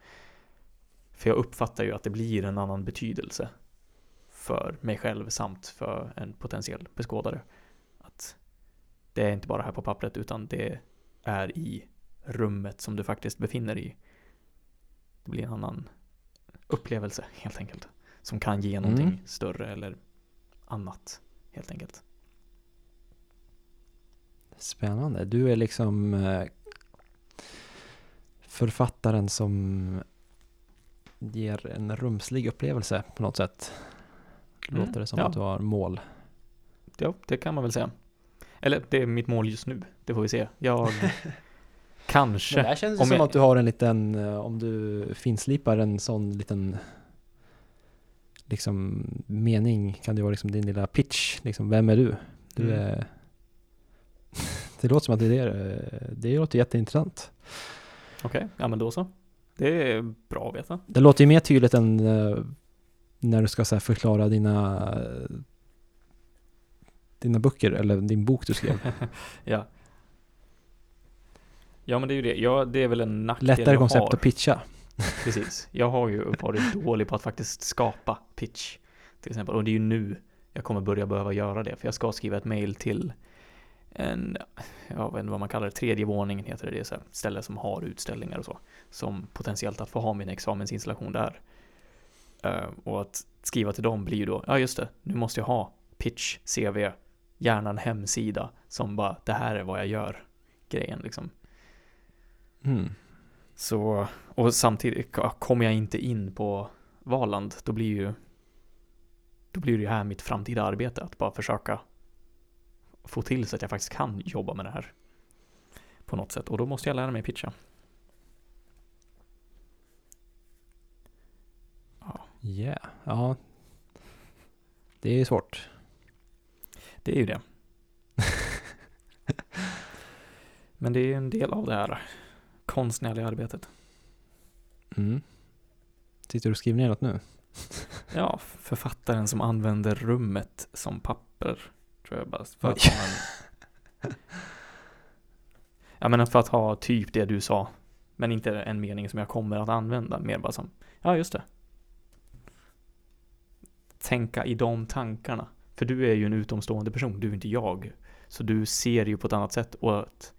Speaker 2: För jag uppfattar ju att det blir en annan betydelse för mig själv samt för en potentiell beskådare. Att det är inte bara här på pappret utan det är i rummet som du faktiskt befinner dig i. Det blir en annan upplevelse helt enkelt. Som kan ge någonting
Speaker 1: Mm.
Speaker 2: större eller annat helt enkelt.
Speaker 1: Spännande. Du är liksom eh, författaren som ger en rumslig upplevelse på något sätt.
Speaker 2: Mm,
Speaker 1: Låter det som
Speaker 2: ja.
Speaker 1: att du har mål.
Speaker 2: Ja, det kan man väl säga. Eller det är mitt mål just nu. Det får vi se. Jag Kanske.
Speaker 1: Men där känns det
Speaker 2: Om
Speaker 1: som
Speaker 2: jag-
Speaker 1: att du har en liten, eh, om du finslipar en sån liten liksom mening kan det vara liksom din lilla pitch, liksom vem är du? Du
Speaker 2: Mm.
Speaker 1: är... det låter som att det är det, eh, det låter jätteintressant.
Speaker 2: Okej, ja men då så. Det är bra att veta.
Speaker 1: Det låter ju mer tydligt än eh, när du ska så här, förklara dina eh, dina böcker eller din bok du skrev.
Speaker 2: ja. Ja men det är ju det. Ja, det är väl en nackdel
Speaker 1: Lättare
Speaker 2: jag
Speaker 1: koncept
Speaker 2: har.
Speaker 1: att pitcha.
Speaker 2: Precis. Jag har ju varit dålig på att faktiskt skapa pitch. Till exempel. Och det är ju nu jag kommer börja behöva göra det. För jag ska skriva ett mail till en, jag vet inte vad man kallar det, tredje våningen heter det. Det är så här ställe som har utställningar och så. Som potentiellt att få ha min examensinstallation där. Eh, och att skriva till dem blir ju då, ja just det, nu måste jag ha pitch, CV, gärna en hemsida som bara, det här är vad jag gör, grejen liksom.
Speaker 1: Mm.
Speaker 2: Så, och samtidigt k- kommer jag inte in på Valand, då blir ju då blir det ju här mitt framtida arbete, att bara försöka få till så att jag faktiskt kan jobba med det här på något sätt. Och då måste jag lära mig pitcha.
Speaker 1: Yeah. Ja. Det är ju svårt.
Speaker 2: Det är ju det. Men det är ju en del av det här konstnärliga arbetet.
Speaker 1: Mm. Sitter du och skriver ner något nu?
Speaker 2: Ja, författaren som använder rummet som papper. Tror jag bara. För
Speaker 1: Oj.
Speaker 2: att ha en... Jag menar för att ha typ det du sa. Men inte en mening som jag kommer att använda. Mer bara som, ja just det. Tänka i de tankarna. För du är ju en utomstående person, du är inte jag. Så du ser ju på ett annat sätt. Och att,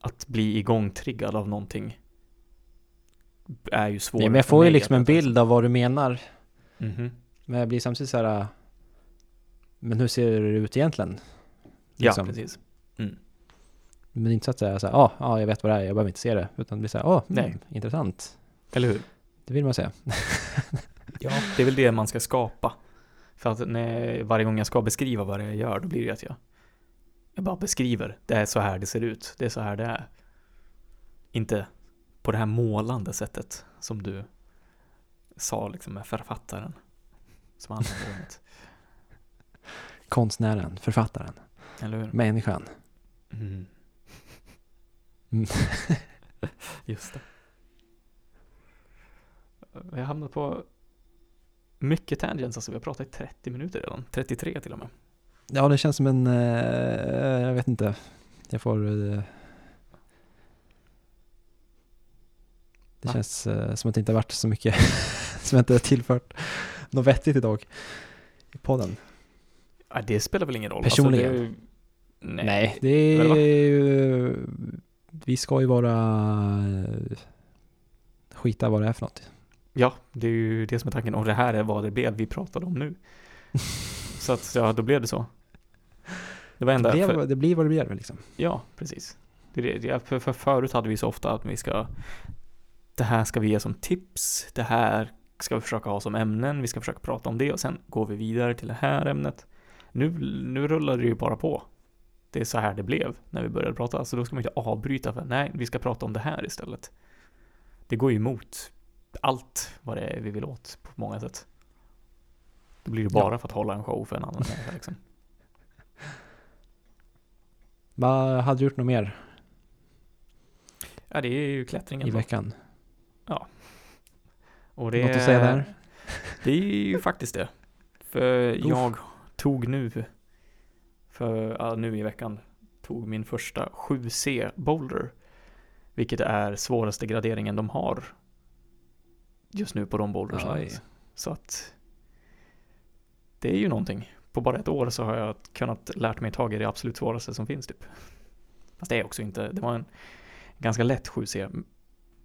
Speaker 2: att bli igångtriggad av någonting är ju svårare.
Speaker 1: Nej, men jag
Speaker 2: för
Speaker 1: får ju
Speaker 2: mig
Speaker 1: liksom
Speaker 2: att-
Speaker 1: en bild av vad du menar.
Speaker 2: Mhm.
Speaker 1: Men jag blir samtidigt så här. äh, Men hur ser det ut egentligen?
Speaker 2: Ja,
Speaker 1: Liksom.
Speaker 2: precis.
Speaker 1: Men det är inte så att säga så här, ja, ja, jag vet vad det är, jag behöver inte se det. Utan det blir så här, ja,
Speaker 2: Nej.
Speaker 1: mm, intressant.
Speaker 2: Eller hur?
Speaker 1: Det vill man säga.
Speaker 2: Ja. Det är väl det man ska skapa. För att när, varje gång jag ska beskriva vad det är jag gör, då blir det att jag, jag bara beskriver. Det är så här det ser ut. Det är så här det är. Inte på det här målande sättet som du sa liksom med författaren. Som använder rummet.
Speaker 1: Konstnären, författaren,
Speaker 2: Eller hur?
Speaker 1: människan.
Speaker 2: Mm.
Speaker 1: Mm.
Speaker 2: Just det. Vi har hamnat på mycket tangents, alltså vi har pratat i 30 minuter redan. 33 till och med.
Speaker 1: Ja, det känns som en, eh, jag vet inte. Jag får... eh, det
Speaker 2: Va?
Speaker 1: känns eh, som att det inte har varit så mycket, som jag inte har tillfört något vettigt idag i podden.
Speaker 2: Ja, det spelar väl ingen roll.
Speaker 1: Personligen?
Speaker 2: Alltså, det är ju- nej.
Speaker 1: Nej, det
Speaker 2: Eller
Speaker 1: är
Speaker 2: va?
Speaker 1: ju... Vi ska ju vara... eh, Skita vad det är för något.
Speaker 2: Ja, det är ju det som är tanken. Och det här är vad det blev vi pratade om nu. så att, ja, då blev det så. Det var
Speaker 1: Det,
Speaker 2: enda... för,
Speaker 1: blir- det blir vad det blir liksom.
Speaker 2: ja, precis. Det är det, det är- för, för förut hade vi så ofta att vi ska... Det här ska vi ge som tips. Det här ska vi försöka ha som ämnen. Vi ska försöka prata om det och sen går vi vidare till det här ämnet. Nu, nu rullar det ju bara på. Det är så här det blev när vi började prata. Så då ska man inte avbryta för nej, vi ska prata om det här istället. Det går ju emot allt vad det är vi vill åt på många sätt. Det blir ju bara för att hålla en show för en annan människa liksom.
Speaker 1: Vad hade du gjort något mer
Speaker 2: Ja, det är ju klättringen.
Speaker 1: i
Speaker 2: då.
Speaker 1: veckan?
Speaker 2: Och det,
Speaker 1: Något att säga där?
Speaker 2: Det är ju faktiskt det. För
Speaker 1: Uff.
Speaker 2: jag tog nu, för ja, nu i veckan, tog min första 7C Boulder. Vilket är svåraste graderingen de har just nu på de boulders.
Speaker 1: Oj.
Speaker 2: Så att det är ju någonting. På bara ett år så har jag kunnat lärt mig tag i det absolut svåraste som finns typ. Fast det är också inte, det var en ganska lätt 7C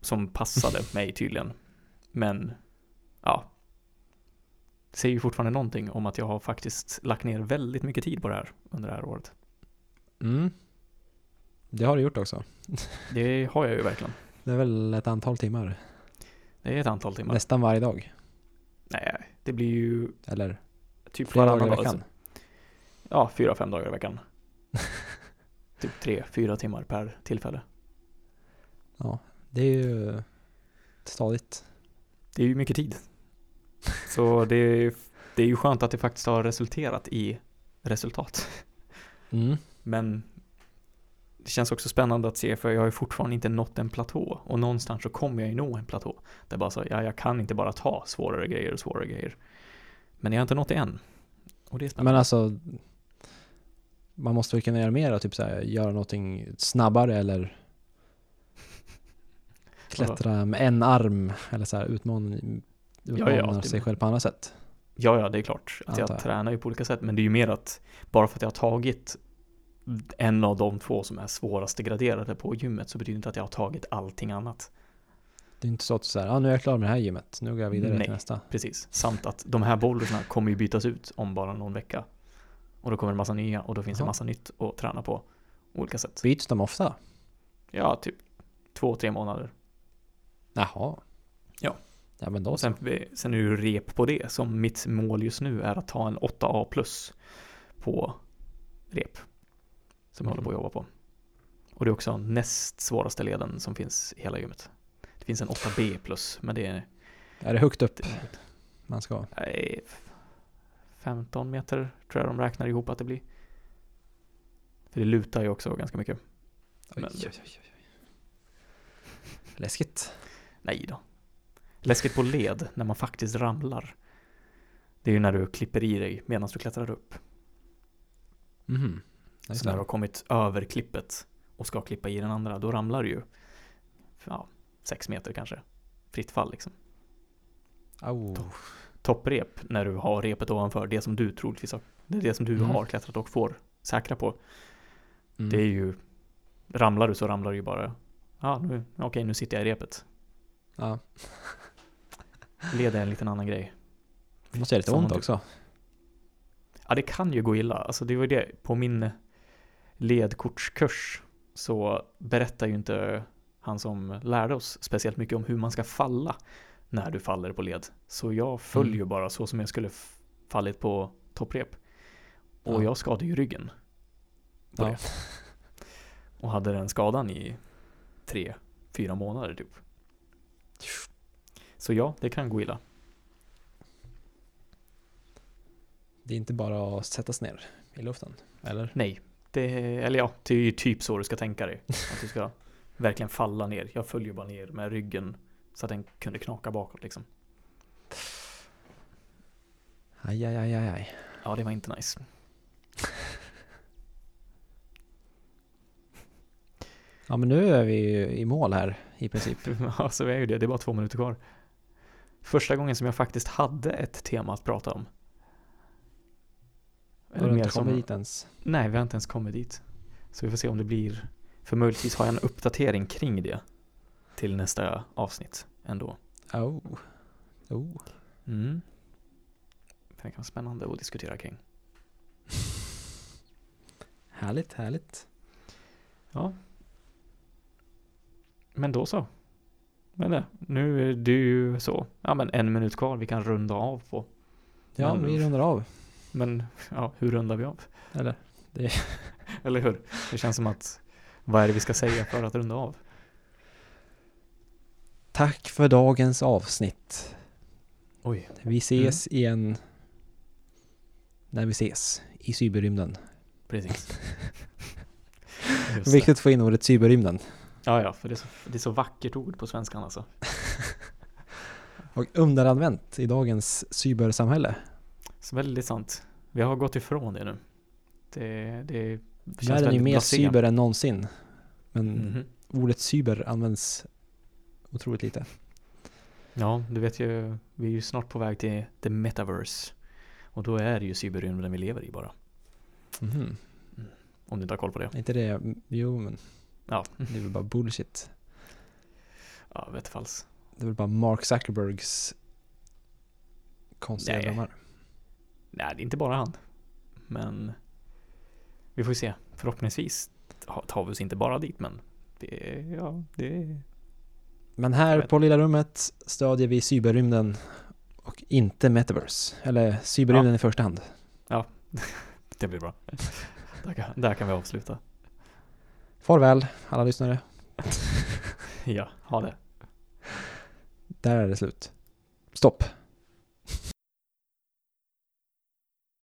Speaker 2: som passade mig tydligen. Men ja, det säger ju fortfarande någonting om att jag har faktiskt lagt ner väldigt mycket tid på det här under det här året.
Speaker 1: Mm. Det har du gjort också.
Speaker 2: Det har jag ju verkligen.
Speaker 1: Det är väl ett antal timmar.
Speaker 2: Det är ett antal timmar.
Speaker 1: Nästan varje dag.
Speaker 2: Nej, det blir ju
Speaker 1: Eller
Speaker 2: typ
Speaker 1: flera dagar
Speaker 2: varannan
Speaker 1: i
Speaker 2: dag,
Speaker 1: veckan.
Speaker 2: Ja, fyra, fem dagar i veckan. typ tre, fyra timmar per tillfälle.
Speaker 1: Ja, det är ju stadigt.
Speaker 2: Det är ju mycket tid. Så det är, det är ju skönt att det faktiskt har resulterat i resultat.
Speaker 1: Mm.
Speaker 2: Men det känns också spännande att se för jag har ju fortfarande inte nått en platå och någonstans så kommer jag ju nå en platå. Där bara så, ja, jag kan inte bara ta svårare grejer och svårare grejer. Men jag har inte nått det än. Och det är
Speaker 1: Ja,
Speaker 2: spännande.
Speaker 1: Men alltså, man måste väl kunna göra mer, då, typ så här, göra någonting snabbare eller klättra med en arm eller så här, utmana, utmanar
Speaker 2: det-
Speaker 1: sig själv på andra sätt.
Speaker 2: Ja, ja, det är klart att
Speaker 1: Antar
Speaker 2: jag
Speaker 1: jag.
Speaker 2: tränar ju på olika sätt, men det är ju mer att bara för att jag har tagit en av de två som är svåraste graderade på gymmet så betyder det inte att jag har tagit allting annat.
Speaker 1: Det är inte så att så här, ah, nu är jag klar med det här gymmet, nu går jag vidare
Speaker 2: Nej.
Speaker 1: till nästa.
Speaker 2: Precis, samt att de här bollarna kommer ju bytas ut om bara någon vecka. Och då kommer det massa nya och då finns det
Speaker 1: Jaha.
Speaker 2: massa nytt att träna på olika sätt.
Speaker 1: Byts de ofta?
Speaker 2: Ja, typ två, tre månader.
Speaker 1: Jaha.
Speaker 2: Ja.
Speaker 1: Ja men då
Speaker 2: Och
Speaker 1: så.
Speaker 2: sen, sen är det ju rep på det, som mitt mål just nu är att ta en 8A plus på rep. Som jag
Speaker 1: Mm.
Speaker 2: håller på att jobba på. Och det är också näst svåraste leden som finns i hela gymmet. Det finns en 8B plus, men det är
Speaker 1: Är det högt upp man ska?
Speaker 2: nej, 15 meter tror jag de räknar ihop att det blir. För det lutar ju också ganska mycket.
Speaker 1: Oj,
Speaker 2: Men-
Speaker 1: oj, oj, oj. Läskigt.
Speaker 2: Nej då. Läskigt på led, när man faktiskt ramlar. Det är ju när du klipper i dig medan du klättrar upp.
Speaker 1: Mhm. Ja, just
Speaker 2: Så när du
Speaker 1: det.
Speaker 2: har kommit över klippet och ska klippa i den andra, då ramlar du ju ja, sex meter kanske. Fritt fall liksom.
Speaker 1: Au.
Speaker 2: Topprep när du har repet ovanför, det som du troligtvis har, det är det som du
Speaker 1: Mm.
Speaker 2: har klättrat och får säkra på.
Speaker 1: Mm.
Speaker 2: Det är ju, ramlar du så ramlar du ju bara, ja nu, okej nu sitter jag i repet.
Speaker 1: Ja.
Speaker 2: Led är en liten annan grej.
Speaker 1: Det måste göra lite
Speaker 2: Samma
Speaker 1: ont
Speaker 2: typ.
Speaker 1: också.
Speaker 2: Ja, det kan ju gå illa. Alltså det var ju det, på min ledkortskurs så berättar ju inte han som lärde oss speciellt mycket om hur man ska falla när du faller på led. Så jag föll
Speaker 1: Mm.
Speaker 2: ju bara så som jag skulle f- fallit på topprep. Och
Speaker 1: Ja.
Speaker 2: jag skadade ju ryggen på
Speaker 1: Ja.
Speaker 2: det. Och hade den skadan i tre, fyra månader typ. Så ja, det kan gå illa.
Speaker 1: Det är inte bara att sättas ner i luften. Eller?
Speaker 2: Nej, det, eller ja, det är ju typ så du ska tänka dig. Att du ska verkligen falla ner. Jag följer bara ner med ryggen så att den kunde knaka bakåt liksom.
Speaker 1: Aj, aj, aj, aj, aj.
Speaker 2: Ja, det var inte nice.
Speaker 1: Ja men nu är vi ju i mål här i princip.
Speaker 2: Ja, så är ju det. Det är bara två minuter kvar. Första gången som jag faktiskt hade ett tema att prata om.
Speaker 1: Har du inte kommit dit ens?
Speaker 2: Nej, vi har inte ens kommit dit. Så vi får se om det blir... För möjligtvis har jag en uppdatering kring det till nästa avsnitt ändå.
Speaker 1: Oh. Oh.
Speaker 2: Mm. Det kan vara spännande att diskutera kring.
Speaker 1: Härligt, härligt.
Speaker 2: Ja. Men då så. Men det, nu är det ju så. Ja men en minut kvar vi kan runda av på.
Speaker 1: Ja,
Speaker 2: Men-
Speaker 1: vi rundar av.
Speaker 2: Men ja, hur rundar vi av?
Speaker 1: Eller?
Speaker 2: Eller hur? Det känns som att vad är det vi ska säga för att runda av?
Speaker 1: Tack för dagens avsnitt.
Speaker 2: Oj.
Speaker 1: Vi ses igen när vi ses i cyberrymden.
Speaker 2: Precis. Just det.
Speaker 1: Viktigt att få in ordet cyberrymden.
Speaker 2: Ja, ja, för det är, så, det är så vackert ord på svenskan alltså.
Speaker 1: Och underanvänt i dagens cybersamhälle.
Speaker 2: Så väldigt sant. Vi har gått ifrån det nu. Det, det känns
Speaker 1: Världen är ju
Speaker 2: väldigt
Speaker 1: mer
Speaker 2: blasé.
Speaker 1: cyber än någonsin. Men
Speaker 2: Mhm.
Speaker 1: ordet cyber används otroligt lite.
Speaker 2: Ja, du vet ju, vi är ju snart på väg till the metaverse. Och då är det ju cyberrymden vi lever i bara.
Speaker 1: Mhm.
Speaker 2: Om du inte har koll på det.
Speaker 1: Är inte det, jo men
Speaker 2: Ja,
Speaker 1: det är väl bara bullshit.
Speaker 2: ja vet falls.
Speaker 1: Det är väl bara Mark Zuckerbergs konstiga
Speaker 2: Nej.
Speaker 1: drömmar.
Speaker 2: Nej, det är inte bara han. Men vi får ju se. Förhoppningsvis ta- tar vi oss inte bara dit, men det, är- ja, det är
Speaker 1: Men
Speaker 2: Jag
Speaker 1: här
Speaker 2: vet.
Speaker 1: på Lilla Rummet stödjer vi cyberrymden och inte metaverse. Eller cyberrymden i första hand.
Speaker 2: det blir bra. där, kan, där kan vi avsluta.
Speaker 1: Farväl alla lyssnare.
Speaker 2: ja, ha det.
Speaker 1: Där är det slut. Stopp.